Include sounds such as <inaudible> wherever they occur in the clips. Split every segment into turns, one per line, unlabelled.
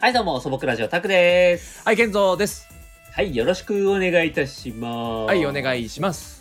はい、どうも、素朴ラジオタクです。
はい、健三です。
はい、よろしくお願いいたします。
はい、お願いします。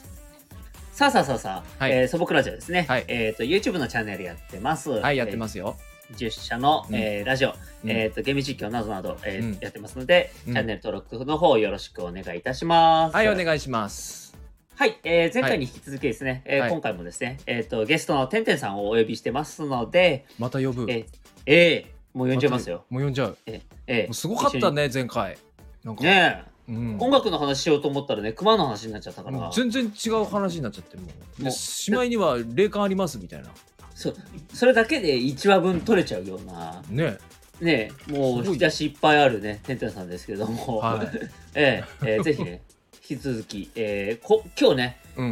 さあさあさあさあ、
はい
えー素朴ラジオですね。
はい
えっ、と、YouTube のチャンネルやってます。。
はい、やってますすよ。
10社の、
うん
えーラジオ、
うん
えっ、と、ゲーム実況などなど、えー
うん
やってますので、
うん
チャンネル登録の方よろしくお願いいたします。
はい、お願いします。
はい、えー前回に引き続きですね、えー
はい
今回もですね、えっ、と、ゲストのてんてんさんをお呼びしてますので、
また呼ぶ。
えーえーもう呼んじゃいますよ。
もう呼んじゃう。
えーえ
も
ー
うすごかっ
一緒
た
に
ね、前回。なんか、
ねえ。
うん、
音楽の話しようと思ったらね、熊の話になっちゃったから。
もう全然違う話になっちゃってもう。
もう
で、しまいには霊感ありますみたいな。
そそれだけで1話分取れちゃうような
ね。
ねもう
すごい
引き出しいっぱいあるねてんてんさんですけれども、
はい。
<laughs> ええええぜひね引き続き、ええこ今日ね
今
今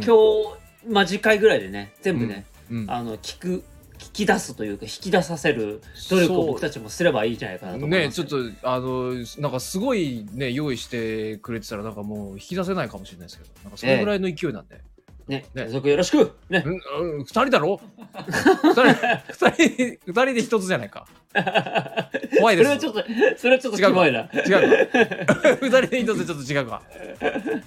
日まあ次回ぐらいでね全部ね、、
うんうん
あの聞く聞き出すというか引き出させる努力を僕たちもすればいいんじゃないかなと思います
ねちょっとあのなんかすごいね用意してくれてたらなんかもう引き出せないかもしれないですけどなんかそれぐらいの勢いなんで、
ね
ね
継続よろしくね
うんうん、2人だろ二人二人二人で一つじゃないか
<laughs>
怖い
それ
です
はちょっとそれはちょっと
違うか
キモいな
違うか二人で一つでちょっと違うか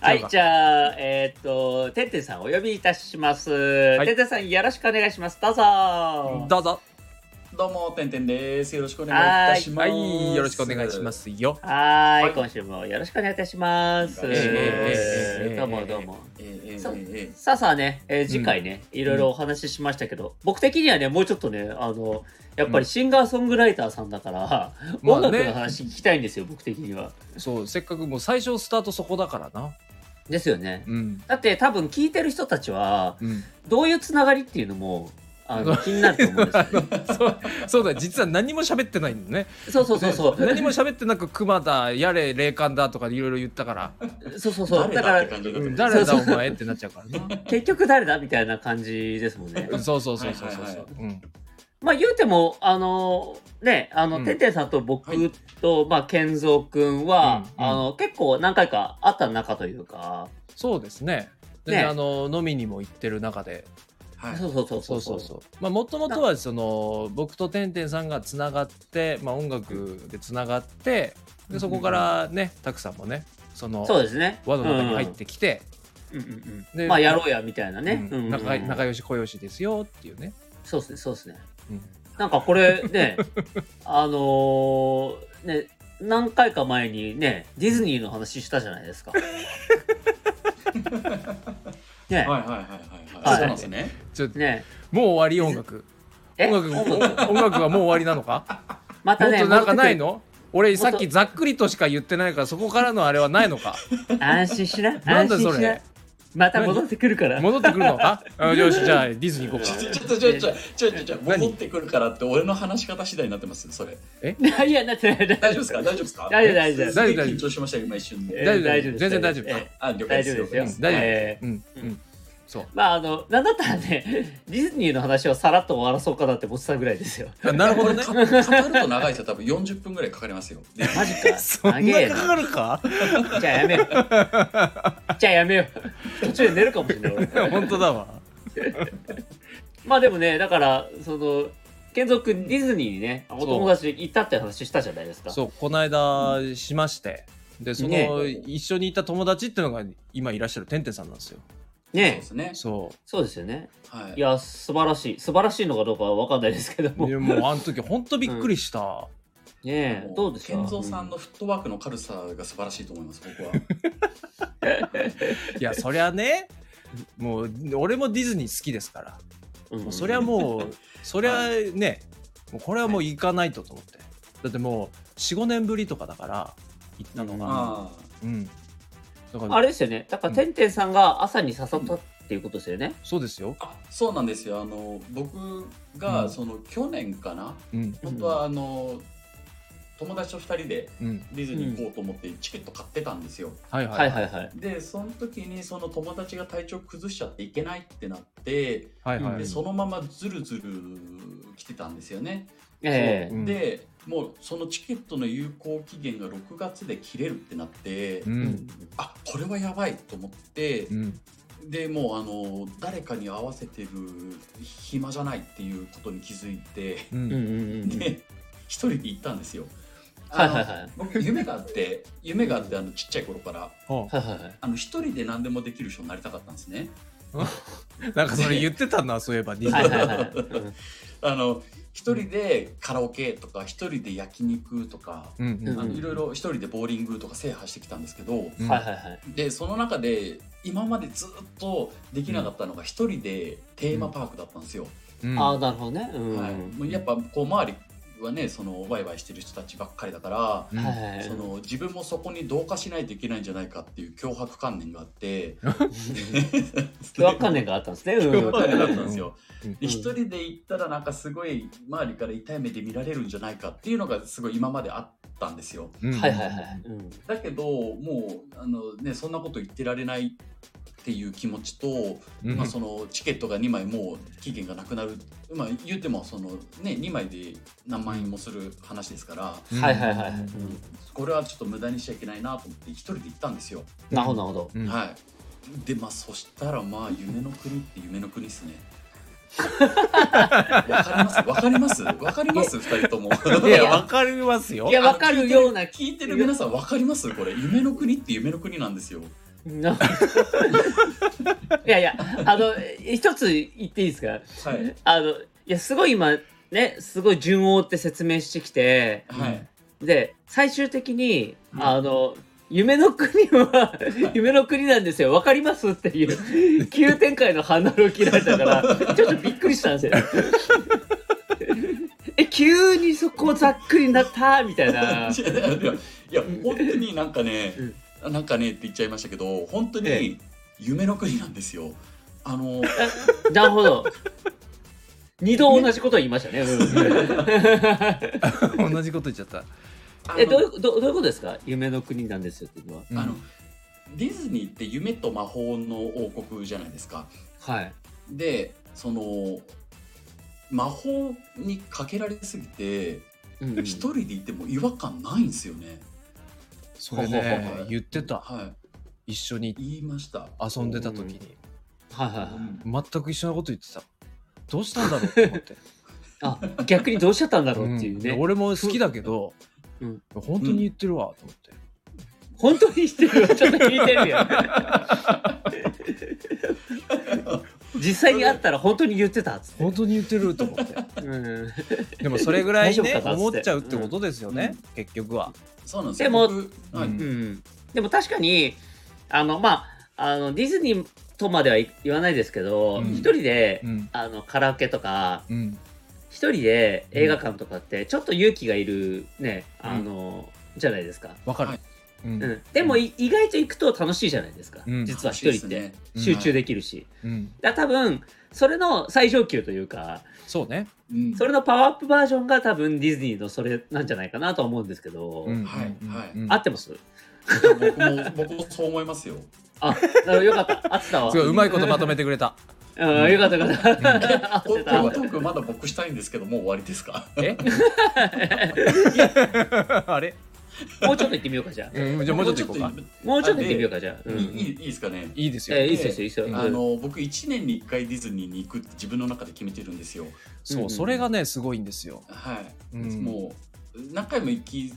はいじゃあえっ、とてんてんさんお呼びいたします、
はい
てんてんさんよろしくお願いしますどうぞ
どうぞ
どうも、てんてんです。よろしくお願いいたしま
は
す。
いよろしくお願いしま。すよ
はーい
はい
今週もよろしくお願いいたします。
お願いします
えーどうもどうも。
えええ
そう
えええ
さあさあね、えー次回ね、いろいろお話ししましたけど、僕的にはね、もうちょっとね、あの、やっぱりシンガーソングライターさんだから、
ま
音
あ
楽
ね
の話聞きたいんですよ、僕的には。
そうせっかくもう最初スタートそこだからな
ですよね。
うん
だって多分聞いてる人たちは、
うん、
どういうつながりっていうのも、あ
<laughs>
の気になると思うんですよね。
そうそうだ実は何も喋ってないのね
そうそうそうそう。
何も喋ってなく熊だやれ霊感だとかいろいろ言ったから
そうそうそう。だか
誰だっ
ら
て、感じ
うん
だ
そ
誰だ
う
お
そう
前ってなっちゃうからな
結局誰だみたいな感じですもんね。
うんそうそうそうそうそう
はいはい
そ
は
ううん
まあ言うてもあのねあの、
うん
てんてんさんと
は
僕
い
と、まあ健三くんは、
うんうん
あの結構何回か会った仲というか、
そうですねで、
ね
あの飲みにも行ってる中で
はい
そうそうそうそ
そううそうそうまあもともとはその僕とてんてんさんがつながって、まあ、音楽でつながってでそこからねたくさんもねその
そうですね
輪の中に入ってきて、
うんうんうんうん
で
まあやろうやみたいなね、
う
うんうんうん
ん仲仲良し小良しですよっていうね、
そうですねそうですね
うん
なんかこれ
<laughs>
ねあのーね何回か前にねディズニーの話したじゃないです
<laughs>
かね、
はいはいはいはい。
はい
そうなんですね。
ちょっと
ね
もう終わり音楽
え
音楽音
<laughs>
楽はもう終わりなのか
ま
も
た
っ
ね
となんかない
戻っ
の俺
もっ
さ
と
っきざっくりとしか言ってないからそこからのあれはないの
<laughs>
か
てくる安心しな
な
安
んだ
心
そ
しな
れ
また戻ってくるから
戻ってくるのかあよしじゃあディズニー行こうか
ちょちょっとちょちょちょちょちょ戻ってくるからって俺の話し方次第になってますそれ
<laughs> いや、なってない、
大丈夫ですか大丈夫ですか
大丈夫大丈夫
すご
大
い
丈夫
緊張しました今一瞬
えー
で
大丈夫
大丈夫です
全然大丈夫
えー
あ了解
大
で
丈
す
夫ですよ
了
大
解。
丈夫
えー
うんうんそう
まあ、あの、なんだったらね、 <laughs> ディズニーの話をさらっと終わらそうかなって思ってたぐらいですよ。
あなるほどね
これ <laughs> か語ると長いですよ多分40分ぐらいかかりますよ
マジか。
<laughs> そ
長
ん
え
なかかるか
じゃあやめよう。じゃあやめよう。途中で寝るかもしれない。俺
<laughs> 本当だわ。
まあでもね、だから、その、健三君ディズニーにね、お友達で行ったって話したじゃないですか。
そう、この間しまして、で、その
ね
一緒にいた友達っていうのが今いらっしゃるてんてんさんなんですよ。
そうで
ね
すね
そ
そうですよね。
はい
いや、素晴らしい。素晴らしいのかどうかは分かんないですけど
う。
も。
で
ね
もうあの時本当びっくりした。
え
も
どうでした
健三さんのフットワークの軽さが素晴らしいと思います僕は
いや、そりゃね、もう俺もディズニー好きですから、
うん
もうそりゃもう、そりゃね、もうこれはもう行かないとと思って。だってもう4、5年ぶりとかだから行ったのが。
ああ
うん。だから
あれですよね。だから、てんてんさんが朝に誘ったっていうことですよね。
そうですよ。
あそうなんですよあの僕が、
うん
その去年かな
うん。
本当はあの友達と2人で
うん。
ディズニー行こうと思ってチケット買ってたんですよ、
はい
は
はいい。
はいはい。
でその時にその友達が体調崩しちゃって行けないってなって
はいは
う
で
い。
そのままずるずる来てたんですよね、
ええ
うん
でもうそのチケットの有効期限が6月で切れるってなって、
う
う
んん。
あこれはやばいと思って、
うん。
でもうあの誰かに合わせてる暇じゃないっていうことに気づいて
うん
うんうんうんうん
で一人で行ったんですよ。
<laughs> は
あ
い
の
はいはい
僕夢があって夢があってあのちっちゃい頃から
お
はいはいはい
あの一人で何でもできる人になりたかったんですね。
なんかそれ言ってたなそういえば
はいはいは
20
いうん
あの一人でカラオケとか一人で焼肉とか
うんうん
あ
う
の
ん
いろいろ一人でボーリングとか制覇してきたんですけど
うん
はいはいはい
でその中で今までずっとできなかったのが一人でテーマパークだったんですよ。
うん
ああなるほどねうん
はい、もうやっぱこう周りはねそのワイワイしてる人たちばっかりだから。
うん
はいはいはい <laughs>
その自分もそこに同化しないといけないんじゃないかっていう脅迫観念があ <laughs> って
わかんねえがあったんですねうん
脅迫観念があったんですよ。
うん
<laughs> で一人で行ったらなんかすごい周りから痛い目で見られるんじゃないかっていうのがすごい今まであったんですよ。
うん
はいはいはいうん
だけどもうあの、ね、そんなこと言ってられないっていう気持ちと、
うん
まあ、そのチケットが2枚もう期限がなくなる、まあ、言うてもその、ね、2枚で何万円もする話ですから。
うん
はいはいはい
うんこれはちょっと無駄にしちゃいけないなと思って一人で行ったんですよ。
なるほどなるほ
うん
はい。で、まあ、そしたら、まあ、夢の国って夢の国で
<laughs>
すね。わかります。わかります。わかります。二人とも。
いや
や
わかりますよ
どいやわかる <laughs> ような
聞いてる皆さん、わかります。これ、夢の国って夢の国なんですよ。
ないやいやあの一つ言っていいですか
はい。
あのいやすごい今ねすごい順を追って説明してきて
はい。
で最終的に、
うん
あの夢の国
<laughs>
は夢の国なんですよわかりますっていう急展開の反応を切られたからちょっとびっくりしたんで
<laughs>
すよ。え急にそこざっくりになったみたいな。
<laughs> いやいやいや、本当になんかね、なんかねって言っちゃいましたけど、本当
え
に夢の国なんですよ。あの、
あなるほど。二度同じことを言いましたね。
<laughs>
うん
<laughs> 同じこと言っちゃった
あ
<laughs> え
の
どういうどうどういうことですか夢の国なんですよっていうのは。
うん
あのディズニーって夢と魔法の王国じゃないですか。
はい。
でその魔法にかけられすぎて
うんうん
一人でいても違和感ないんですよね。
それね
はい
言ってた
は
一緒に
い、言いました。
遊んでた時に
はいはいうはい。
ん
全く一緒なこと言ってたどうし
<laughs>
たんだろうって思って
あ逆にどうしちゃったんだろうっていう
うん
ね。
俺も好きだけど、
うん
本当に言ってるわと思って、
本当にしてるちょっと聞いて
<laughs>
るよ実際に会ったら本当に言ってたっつって、
本当に言ってると思
<laughs>
って
うん、
でもそれぐら
大
い
丈
ね
夫かなっつ
思
っ
ってちゃうってことですよね、結局は
そうなんですよ。
でも
僕は
う
い
ん
うん、でも確かにあのまああのディズニーとまでは言わないですけど
う
一、
ん
人で、
うん
あのカラオケとか
うん
一人で映画館とかってちょっと勇気がいるねあの、じゃないですか、
わかる、
はい
うん
うん、でもい意外と行くと楽しいじゃないですか、
うん
実は一人って、
楽しいすね
集中できるし、
うん
だから多分それの最上級というか
そうね、
うん
それのパワーアップバージョンが多分ディズニーのそれなんじゃないかなとは思うんですけど、
うん
はい
うん
はい
うん
合ってます
僕も僕もそう思いますよ。
あ、なるよかった。合ってたわ。
すごいうまいことまとめてくれた
うん、よかったよか <laughs> っ
こ
た。合っ
こ
てた。
のトークまだ僕したいんですけどもう終わりですか。
え <laughs> あれ、
もうちょっと行ってみようか、じゃ
うん、 <laughs> じゃあもうちょっといこうか
もうちょっ
あ。もうちょっと行ってみようか、じゃあ。う
と
ん
いいいいいいですかね。
いいですよ、
えーいいっすよ、いいっすよ。
うん
あの僕1年に1回ディズニーに行くって自分の中で決めてるんですよ。
そう、それがねすごいんですよ、
はい。
うん
もう何回も行き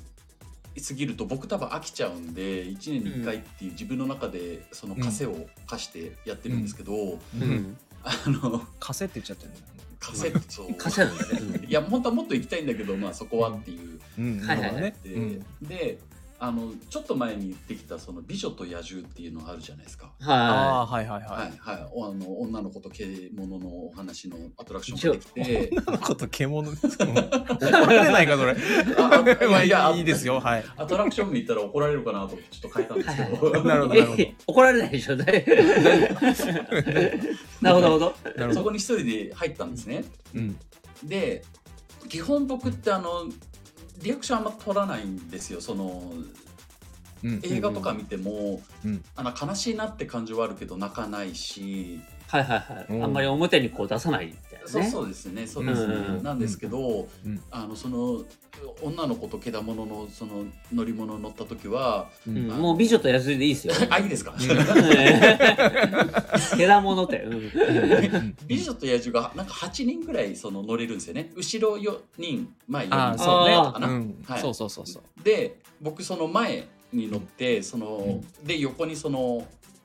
過ぎると僕多分飽きちゃうんで1年に1回っていう自分の中でその枷を課してやってるんですけど、
う
うん、
ん。
あの
稼って言っちゃってるんだよね
枷ってそ
<laughs>
う
稼いだんだね。
いや本当はもっと行きたいんだけどまあそこはっていう
うん、
はいはいはい
なるほ
で、
どね、
であのちょっと前に言ってきたその美女と野獣っていうのがあるじゃないですか。
うん
ああ
は
はいはいはい、
はいはい、おあの女の子と獣のお話のアトラクションができ
<laughs>
て
女の子と獣 <laughs> ですか怒られ <laughs> ないかそれ
ああ
まあい
や
いいですよはい
アトラクションに行ったら怒られるかなと思ってちょっと変えたんですけ
は
<laughs> ど。
い <laughs> なるほど
い。え、怒られないでしょ、誰なるほど、なるほど。
な <laughs> る
そ
ほ
こ
ど、
に一人で入ったんですね。
うん、
で基本僕ってあのリアクションあんま取らないんですよその
うん
映画とか見ても、
うん
あの悲しいなって感情はあるけど泣かないし
はいはいは
う
い。
ん
あんまり表にこう出さないみたい
そうそうですねそうですね、
うん
なんですけど、
うん
あのその女の子とけだもののその乗り物乗った時は
う
うん
んもう美女と野獣でいいですよ。
あいいですか、
<laughs> けだものって。うん
美女と野獣がなんか8人ぐらいその乗れるんですよね後ろ4人前
ああ
4人
そうね
あ
ーな
うん
はい
そうそうそうそう
で僕その前に乗ってその、で横にその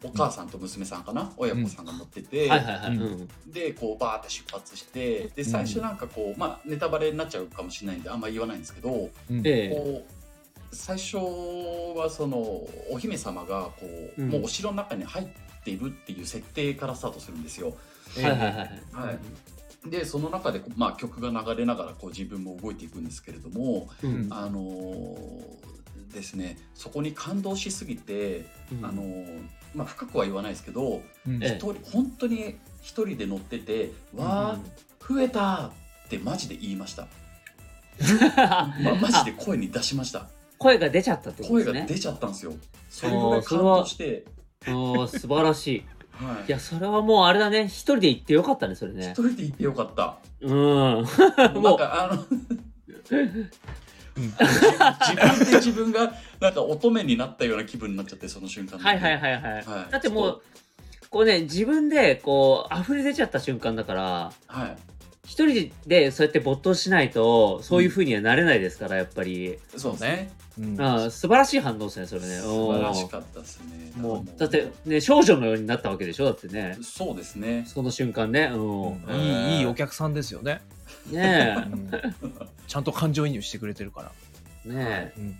お母さんと娘さんかな、親子さんが乗ってて、
はいはいはい。
う
うん
でこうバーって出発してで最初なんかこう、まあネタバレになっちゃうかもしれないんであんま言わないんですけど、
うん
え
こう最初はそのお姫様がこう、
うん
もうお城の中に入っているっていう設定からスタートするんですよ。
え。はいはいはい。
はい、でその中で、まあ、曲が流れながらこう自分も動いていくんですけれども、
うん
あのーですね、そこに感動しすぎて、あのーまあ、深くは言わないですけど
うん
ええ
一人本当に一人で乗ってて「わー増えた!」ってマジで言いました、ま、マジで声に出しました。
<laughs> 声が出ちゃったってことで
声
す
が
ね。
出ちゃったんですよ。それぐらい感動して、
おー素晴らしい。
はい
や、それはもうあれだね。一人で行ってよかったね、それ
一
ね。
人で行ってよかった。
うん。
もうなんかあ
<laughs>
の自分で自分がなんか乙女になったような気分になっちゃってその瞬間
はいはい
い。
はいはい。
はい
だってもう、こうね、自分でこう、溢れ出ちゃった瞬間だから、
はい。
一人でそうやって没頭しないと、そういう風にはなれないですから、やっぱり。
そうですね。
うん
うん、素晴らしい反応ですね、それね。
素晴らしかったですね。
うんもう、だ
か
っ
ら
て、ね、少女のようになったわけでしょ、だってね。
そうですね。
その瞬間ね。う
うんいいいいお客さんですよね
ん。ね
<laughs> ちゃんと感情移入してくれてるから
え。ねえ。
うん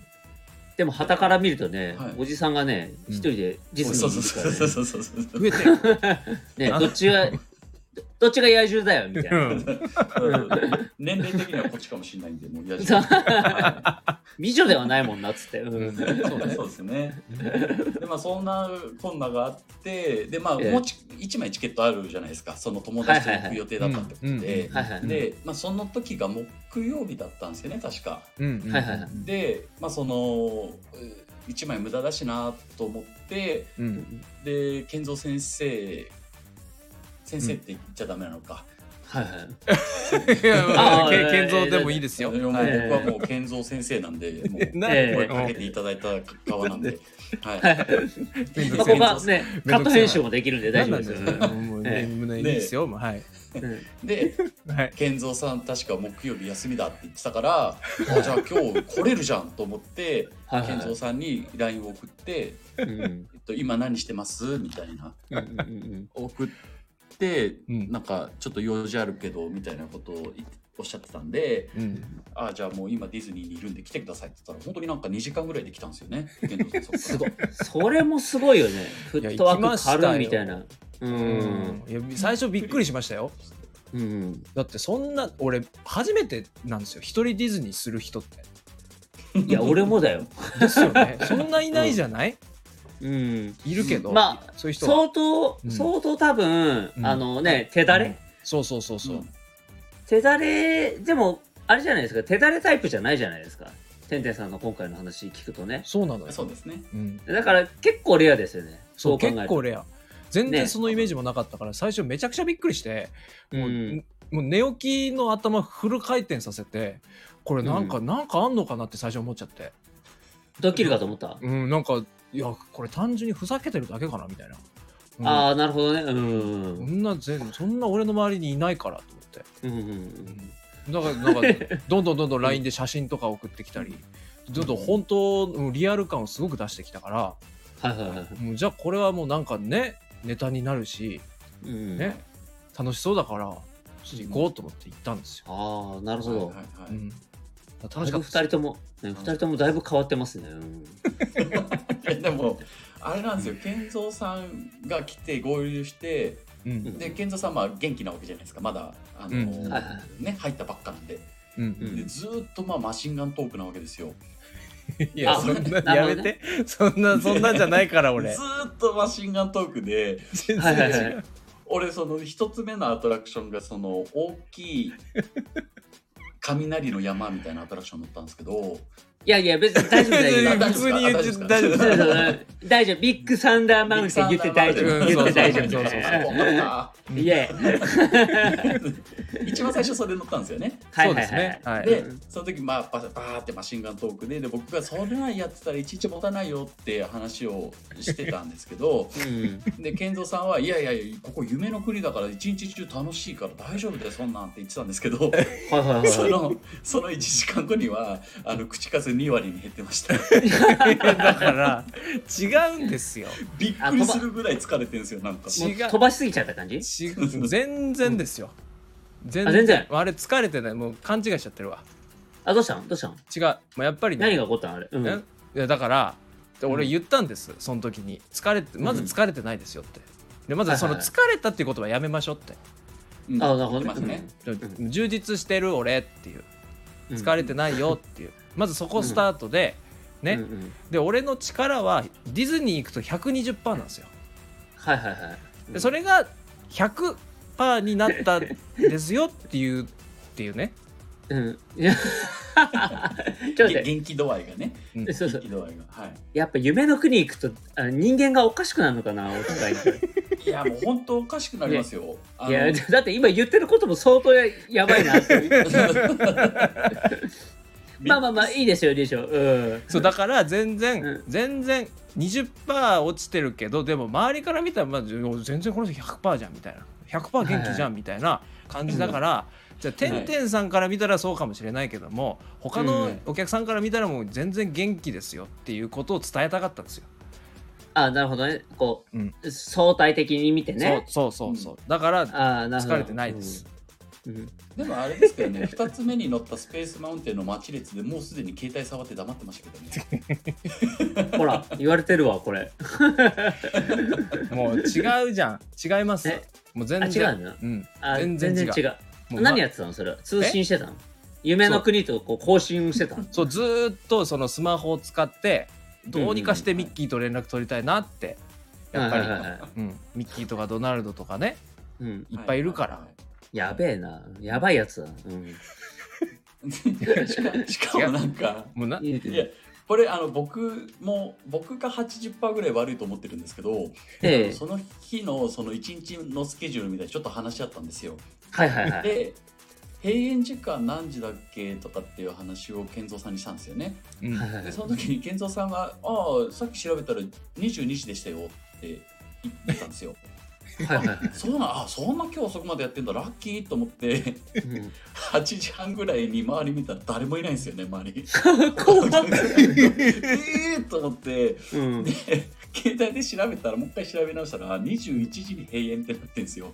でも、旗から見るとね
はい、
おじさんがね、
うん
一人で
そ
実
う
にい
そう
る
そ
からね
うそうそうそうそう。
増えてる
ね、どっちが、どっちが野獣だよ、みたいな。
年齢的にはこっちかもしれないんでもう嫌じ
そ
ゃ。
うん美女ではないもんな、つって。うん。
そうねそうですね。でまあそんなこんながあってでまあ
ええ
もうち1枚チケットあるじゃないですかその友達と行く予定だったってこと
うん
で
はいはい。
でまあその時が木曜日だったんですよね確か。
うん
はいはいはい
でまあその1枚無駄だしなと思って
うん
で健三先生先生って言っちゃダメなのか、
はいはい。
いやま
あ
あ
ー
け建造でもいいですよ
もう僕
はい
はもう健三先生なんでもう
な
ええ
声かけていただいた側なんで。はい
めんど
ここ
くせえな
がね、
め
カ
ん
ッ
どくせえな
ト編集もできるんで大
何
丈
な
夫ですよ。
んですかねもう
ええ
ね胸いいですよもうはい
うん
で
はい
健三さん確か木曜日休みだって言ってたからあじゃあ今日来れるじゃんと思って
はいはい
健三さんに LINE を送って、
うんうん
えっと「今何してます?」みたいな
うんうん
送って、
うん
なんかちょっと用事あるけどみたいなことを言っておっしゃってたんで
うん
「あじゃあもう今ディズニーにいるんで来てください」って言ったら本当になんか2時間ぐらいで来たんです
<laughs>
よね健三さんそこから
すごい。それもすごいよね。フットワーク軽いみたいな。う。
うんんいや最初びっくりしましたよ
うん。
だってそんな俺初めてなんですよ一人ディズニーする人って
いや、俺もだよ。
ですよ
<laughs>
ねそんないないじゃない
うん。
いるけど
まあ
そういう人は
相当、
うん
相当多分、
うん
あのね、手だ
うん
れ
そうそうそうそううん
手だれ、でも、あれじゃないですか、手だれタイプじゃないじゃないですか。てんてんさんの今回の話聞くとね。
そうなのよ
そうですね
うん
だから結構レアですよね。
そ
そうう考える
結構レア全
ね
然そのイメージもなかったから最初めちゃくちゃびっくりしてもう,、
うん
もう寝起きの頭フル回転させてこれなんか、
う
なんかあんのかなって最初思っちゃって
ドッキリかと思った。
うんなんかいやこれ単純にふざけてるだけかなみたいな、うん
ああ、なるほどね。うん
そ。んな全そんな俺の周りにいないからと思って
うんうん
だから <laughs> なんかどんどんどんどん LINE で写真とか送ってきたりどんどん本当うんリアル感をすごく出してきたから
はいはいはい。
もうじゃあこれはもうなんかねネタになるし
うん、
ね楽しそうだからちょっと行こうと思って行ったんですよ。
ああ、なるほど。
はいはいは
う
い
ん、楽
だ
し
い
か
ぶ
っ
二人
たです。
とも、ね、二人ともだいぶ変わってますね。うん、
いやでもあれなんですよ健三さんが来て合流して
うん
で健三さんは元気なわけじゃないですかまだあの、
うん
はいは
ね入ったばっかなんで
うん、
う
で
ん
ずーっとまあマシンガントークなわけですよ
い
あ
やそんな
なる
や
ほど
め
ね
てそんなそんなんじゃないから
ず
<laughs>
俺
ーっとマシンガントークで
全
はいはい
然
は
違。
いう
俺その一つ目のアトラクションがその大きい雷の山みたいなアトラクションだったんですけど
いやいや別に大丈夫だよ今
<laughs>
大
普通に言って
大
大
丈
丈
夫
夫
そう
ですか
そう大丈夫ビッグサンダーマウンテン言って大丈
ビッグサンダーマウ
夫言って大丈
ンテンそうそうそう
夫
そ
あ
イエーイ <laughs>
一番最初それ乗ったんですよね。
はい
そう
は
で
い
す
は
ね
い。
はい。
でその時まあババーってマシンガントークでで僕が「それはやってたらいちいち持たないよ」って話をしてたんですけ
<laughs>
ど
うん
で健三さんはいやいやいやここ夢の国だから一日中楽しいから大丈夫だよそんなんって言ってたんですけど
はいはいはい
そのその1時間後にはあの口数2割に減ってました
だから違うんですよ。
びっくりするぐらい疲れてるんですよなんか
し
もう
違う
飛ばしすぎちゃった感じ <laughs>
ち全然ですよ。全
あ全然
あれ疲れてない。もう勘違いしちゃってるわ。
あどうしたんどうしたん
違う。まあ、やっぱり
何
ね。
が起こったんあれ、うん
えいやだからで
うん
俺言ったんです、その時に疲れてまず疲れてないですよってでま
は
ず
い
そ
はい
の
はい
疲れたっていう言葉やめましょうって、
うん
あなるほどね
言ってますね
ん
充実してる俺っていう
うん
疲れてないよっていう、まずそこスタートで、ね、
うんうん
で俺の力はディズニー行くと120%なんですよ
はいはいはい
でそれが100%になったんですよっていうっていうね
うんいや <laughs> ちょっと待
げ
って
元気度合いがね
そうそ
元
う
気度合いがはい
やっぱ夢の国行くとあの人間がおかしくなるのかなお互いに
いやもう本当おかしくなりますよ。あの
いやだって今言ってることも相当ややばいなっていう
<laughs>
まあまあまあいいですよリーショうん
そうだから全然、
うん
全然20%落ちてるけどでも周りから見たら、まあ、全然この人100%じゃんみたいな100%元気じゃんみたいな感じだから、じゃあてんてんさんから見たらそうかもしれないけども他
う
の
ん
お客さんから見たらもう全然元気ですよっていうことを伝えたかったんですよ。
あなるほどねこう、
うん
相対的に見てね
そうそうそうそう、だから
あーなるほど
疲れてないです。
うんうん
でもあれですけどね、2つ目に乗ったスペースマウンテンの待ち列でもうすでに携帯触って黙ってましたけどね。
ほら言われてるわこれ
もう違うじゃん違います
え
もう <laughs> 全
あ違
然
うの
うん
あ
全然違うもう
何やってたのそれ通信してたの夢の国とこう更新してたの
そうずーっとそのスマホを使ってどうにかしてミッキーと連絡取りたいなってやっぱり、
はいはいはい
うん、ミッキーとかドナルドとかね
うん、
いっぱいいるから、
やべえなやばいやつだ、うん、
ら。しか <laughs> しかもなんか、
もうない
い
いや、これあの僕も僕が80%ぐらい悪いと思ってるんですけど、
ええ
その日のその1日のスケジュールみたいにちょっと話し合ったんですよ。
はいはいはい
で、閉園時間何時だっけとかっていう話を健三さんにしたんですよね。
うん
はいはいは
<laughs>
で
い
その時に健三さんが「ああさっき調べたら22時でしたよ」って言ってたんですよ。
はいはい
そうなんあそんな今日遅くまでやってんだラッキーと思って
うん
8時半ぐらいに周り見たら誰もいないんですよね
<laughs>
周り。ええと思って
うん
携帯で調べたらもう一回調べ直したらあ21時に閉園ってなってんですよ。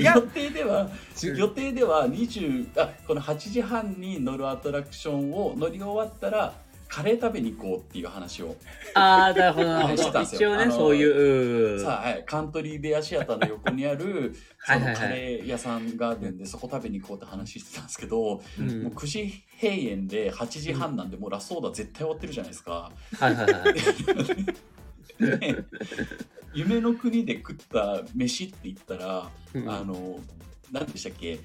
違
予
う
定では
違う
予定では20あこの8時半に乗るアトラクションを乗り終わったらカレー食べに行こうっていう話を。
ああなるほどなる
知
ほ
って
ど
たんですよ
一応
あ
ね
の
そういううん
さあ、はい、カントリーベアシアターの横にある
<laughs>
そ
はい
の
はいはい
カレー屋さんがあるんでそこ食べに行こうって話してたんですけど、
うん
もう9時閉園で8時半なんでもうラストオーダー絶対終わってるじゃないで
<laughs>
すか。
はいはいはい
ね夢の国で食った飯って言ったら、
うん
<laughs>
<laughs>
あの何でしたっけ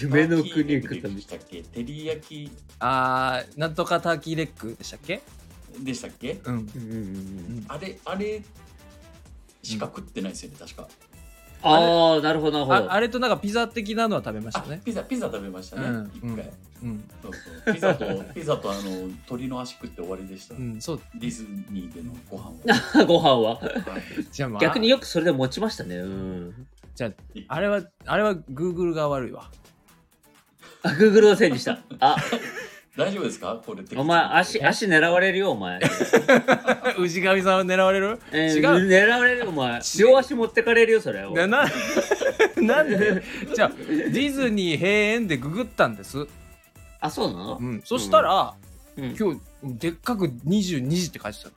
夢の
ターキ
国
ーレ
行
ッグ
くため
でしたっけ照り焼き
あーなんとかターキーレッグでしたっけ
でしたっけ
う
う
ん
んうんうん
あれあれしか食ってないですよね、確か。
ああなるほどなるほ
あ
ど
あれとなんかピザ的なのは食べました
あ、
ね
ピザピザ食べましたね
うん
一、回。
うん、
そうそうピ
<laughs>
ザとピザとあの鳥の足食って終わりでした、
うん、そう
ディズニーでのご
<laughs>
飯を
ご飯は
はい
じゃあまあ
逆によくそれで持ちましたねうん
じゃああれはあれはグーグルが悪いわ <laughs>
あグーグルのせいにしたあ
大丈夫ですかこれ
お前足足狙われるよお前、
氏神さんを狙われる
えー
違う
狙われるよお前両足持ってかれるよそれおい
な <laughs> ななんでじゃあディズニー閉園でググったんです、
あそうなの、
うん、そしたら、
うん
今日でっかく22時って書いてたの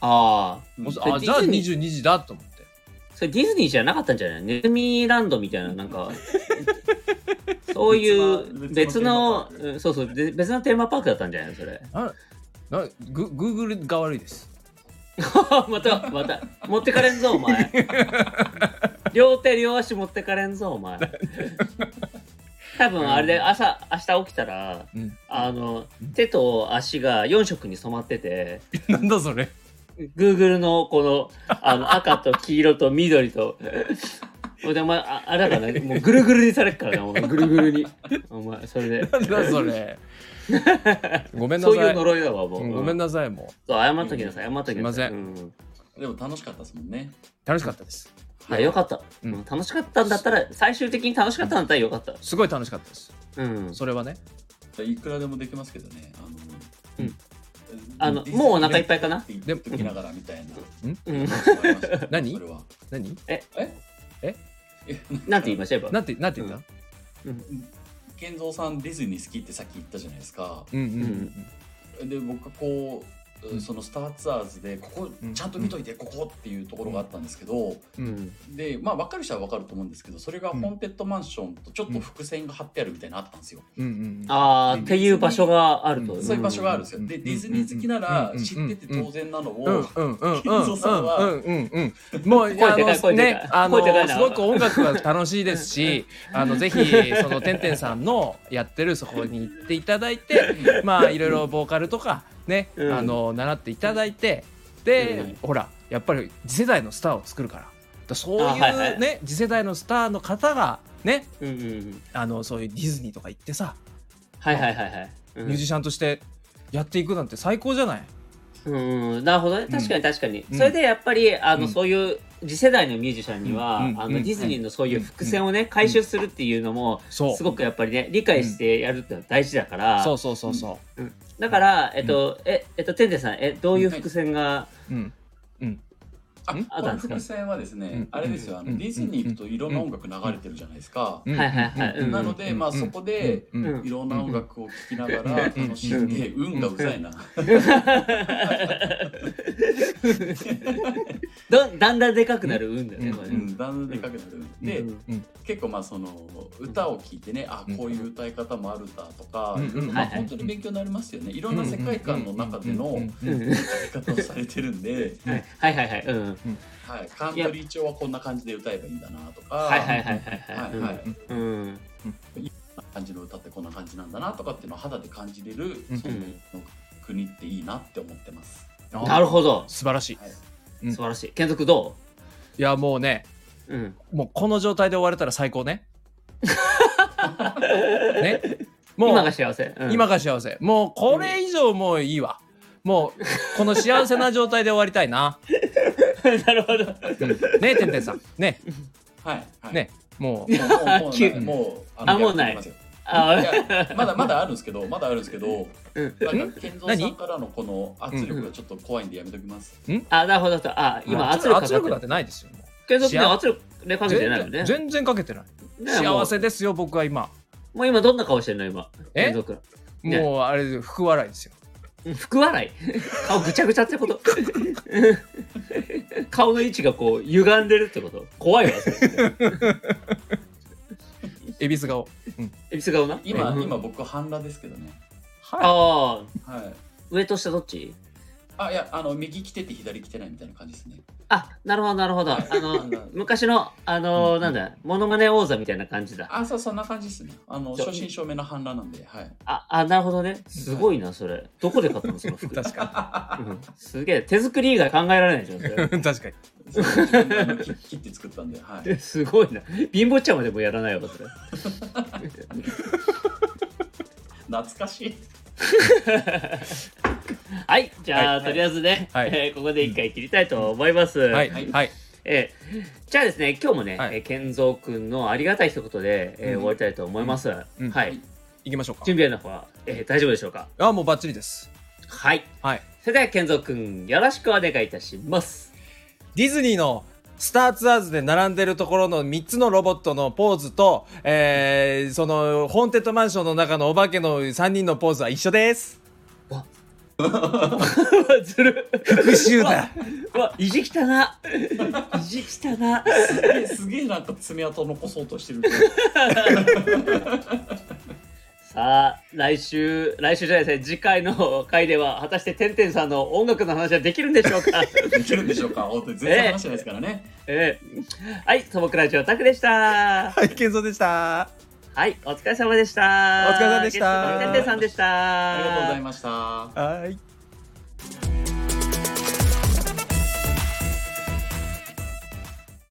ああ
うん
あ
ディズニー
じゃあ22時だと思って
それディズニーじゃなかったんじゃないネズミランドみたいななんかそういう別
別の
の
別の
うん
テーマパーク
そうそうで別のテーマパークだったんじゃないのそれ <laughs>
あなググーグルが悪いです
またまた持ってかれんぞお
<laughs>
前両手両足持ってかれんぞお前多分あれ
う
で
ん
朝明日起きたら
うん、 <laughs>
あの
うん
手と足が4色に染まってて
なん
<laughs>
だそれ
Google のこのあの赤と黄色と緑と。お前ああれだからね、もうぐるぐるにされっからな、お前ぐるぐるに。お前、それで。
なんだそれごめんな
そうい
さ
う
い
呪いだわ、もう。
うんごめんなさいも
そう謝っときなさい、謝っときなさい。
す
ません。う
い
ん
でも楽しかったですもんね。
う楽しかったです
いや、よかった。
うん
うん楽しかったんだったら、最終的に楽しかったんだったらよかった。
すごい楽しかったです
うん。
それはね
いくらでもできますけどね。あの、
うんあの、もうお腹いっぱいかな
て言っときながらみたいな。
うん。 <laughs>
何
それは
何
なんて言いましょう
なんてなんて言った、
健三さんディズニー好きってさっき言ったじゃないですか。
うん、うんうん
で僕はこう、
うん
そのスターツアーズでここ
うん
ちゃんと見といて、ここっていうところがあったんですけど、
うん
うん。
でまあ分かる人は分かると思うんですけどそれがホーンテッドマンションとちょっと伏線が張ってあるみたいなのあったんですよ、
うんうん
あー、っていう場所があると。
うん
そういう場所があるんですよ、
うん
で
うん
ディズニー好きなら
うん
知ってて当然なのを、
うんうんうん
金蔵さんは
うんうんうんうんもうあ
声でかい
の
声でかい
ねあの
声でかいな
すごく音楽は楽しいです
<laughs>
しあのぜひそのてんてんさんのやってるそこに行っていただいてまあいろいろボーカルとかね
うん
あの習っていただいてで
うん
ほらやっぱり次世代のスターを作るからだからそう
あはいはい
いうね次世代のスターの方がね
うんうんうん。
あのそういうディズニーとか行ってさ
はいはいはいはい。う
ミュー
ん
ジシャンとしてやっていくなんて最高じゃない
うん、なるほどね確かに確かに、
うん
それでやっぱりあの、
うん
そういう次世代のミュージシャンには、
うん
あ
う
の
ん
ディズニーのそういう伏線をね、回収するっていうのも
そう
すごくやっぱりね理解してやるってのは大事だから、
そうそうそうそう。
だからえっと、ええっとてんてんさんえどういう伏線が、
うん
あ
うん
あ
この伏線はですね、
うん
あれですよあの、
うん
ディズニー行くといろんな音楽流れてるじゃないですか、
うん
はいはいはいうん
なので、まあ、そこで、
うん
うん
いろんな音楽を聴きながら楽しんで、
うん
運がうざいな。
どだんだんでかくなる運だよね、
うん
これ
<laughs> う
ね
ん、だんだんでかくなる。で、
うん
結構まあその歌を聴いてねあ
うん
こういう歌い方もあるんだとか、
うんうん
ま
は
あ、
いはい
本当に勉強になりますよねいろんな世界観の中での
うん
歌い方をされてる
<laughs>
んで、
はいはいはいはいうん
はい、カントリー調はこんな感じで歌えばいいんだなとか、
はいはいはいはいはい
はいはい
うんうん
感じの歌ってこんな感じなんだなとかっていうのを肌で感じれる、
うん
その国っていいなって思ってます。
なるほど
素晴らしい。うん
素晴らしい健くど
いやもうね、
う、うん、
もうこの状態で終われたら最高
<laughs>
ね。ね、もう
今が幸せ、うん
今が幸せ。もうこれ以上もういいわ。もうこの幸せな状態で終わりたいな。
<laughs> なるほど
ねてんてんさん。ね
はい、はい、
ねも
もうもうも
<laughs>
う
急
もう
あもうない
やってきますよ
あー
いやまだまだあるんですけど、まだあるんですけど、
うん
なんか健三さんからのこの圧力がちょっと怖いんでやめときます。
あ、なるほど。あ、
う
今
圧
圧力
力
かかっ
圧
て
力なん
る。
てないですよ。もう
継続
幸
ね、圧力ねかけてないよ
全
ね
然。全然かけてない。
ね
幸せ。ですよ僕は今。
もうもう今どんな顔してんの今。
え
継続。ね
もうあれで福笑いですよ。
うん福笑い。 <laughs> 顔ぐちゃぐちゃってこと。 <laughs> 顔の位置がこう歪んでるってこと。怖いわ。それ
恵比寿顔。
エビス顔な。
今、
うん
今。僕半裸ですけどね。
は
ああ、
はい。
上と下どっち？
あいやあの右来てて左来てないみたいな感じですね。
あ、なるほどなるほど。あの
うん
昔のあのなんだ、モノマネ王座みたいな感じだ。
あそうそんな感じですね。あの
じゃあ
正真正銘の半裸なんで、はい。
あ、あ、なるほどね。すごいなそれ。どこで買ったのその服
い。。確か
うんすげえ手作り以外考えられないじゃんそれ。
に <laughs> 確かに。
そう自分であの切切って作ったんで、はい。
すごいな。貧乏ちゃまでもやらないわ、それ。
懐かしい。
はい、じゃあ、
はい
とりあえずね、
はい
えーここで一回切りたいと思います。
はい
はい
はい。
えーじゃあですね、今日もね、
はい
えー健三くんのありがたい一言で、えー
うん
終わりたいと思います。
うん
は
はいい、
行きましょうか
準。備の方は、えー大丈夫でしょうか。
あもうバッチリです。
はい、
はい。
それでは健三くん、よろしくお願いいたします。
ディズニーのスターツアーズで並んでるところの3つのロボットのポーズと、えー、そのホーンテッドマンションの中のお化けの3人のポーズは一緒です。
ずる。
復讐だ。
うわ、意地汚な。意地汚な。
すげえすげえなんか爪痕残そうとしてる。
さあ、来週、来週じゃないですね、次回の回では、果たしててんてんさんの音楽の話はできるんでしょう
<laughs>
か。
できるんでしょうか。本当に全然話してないですからね。
ええはい、ともくらじおたくでした。
はい、健三でした。
はい、お疲れ様でした。
お疲れ様でし
ゲストの
た
てんてんさんでした。
ありがとうございました。
はい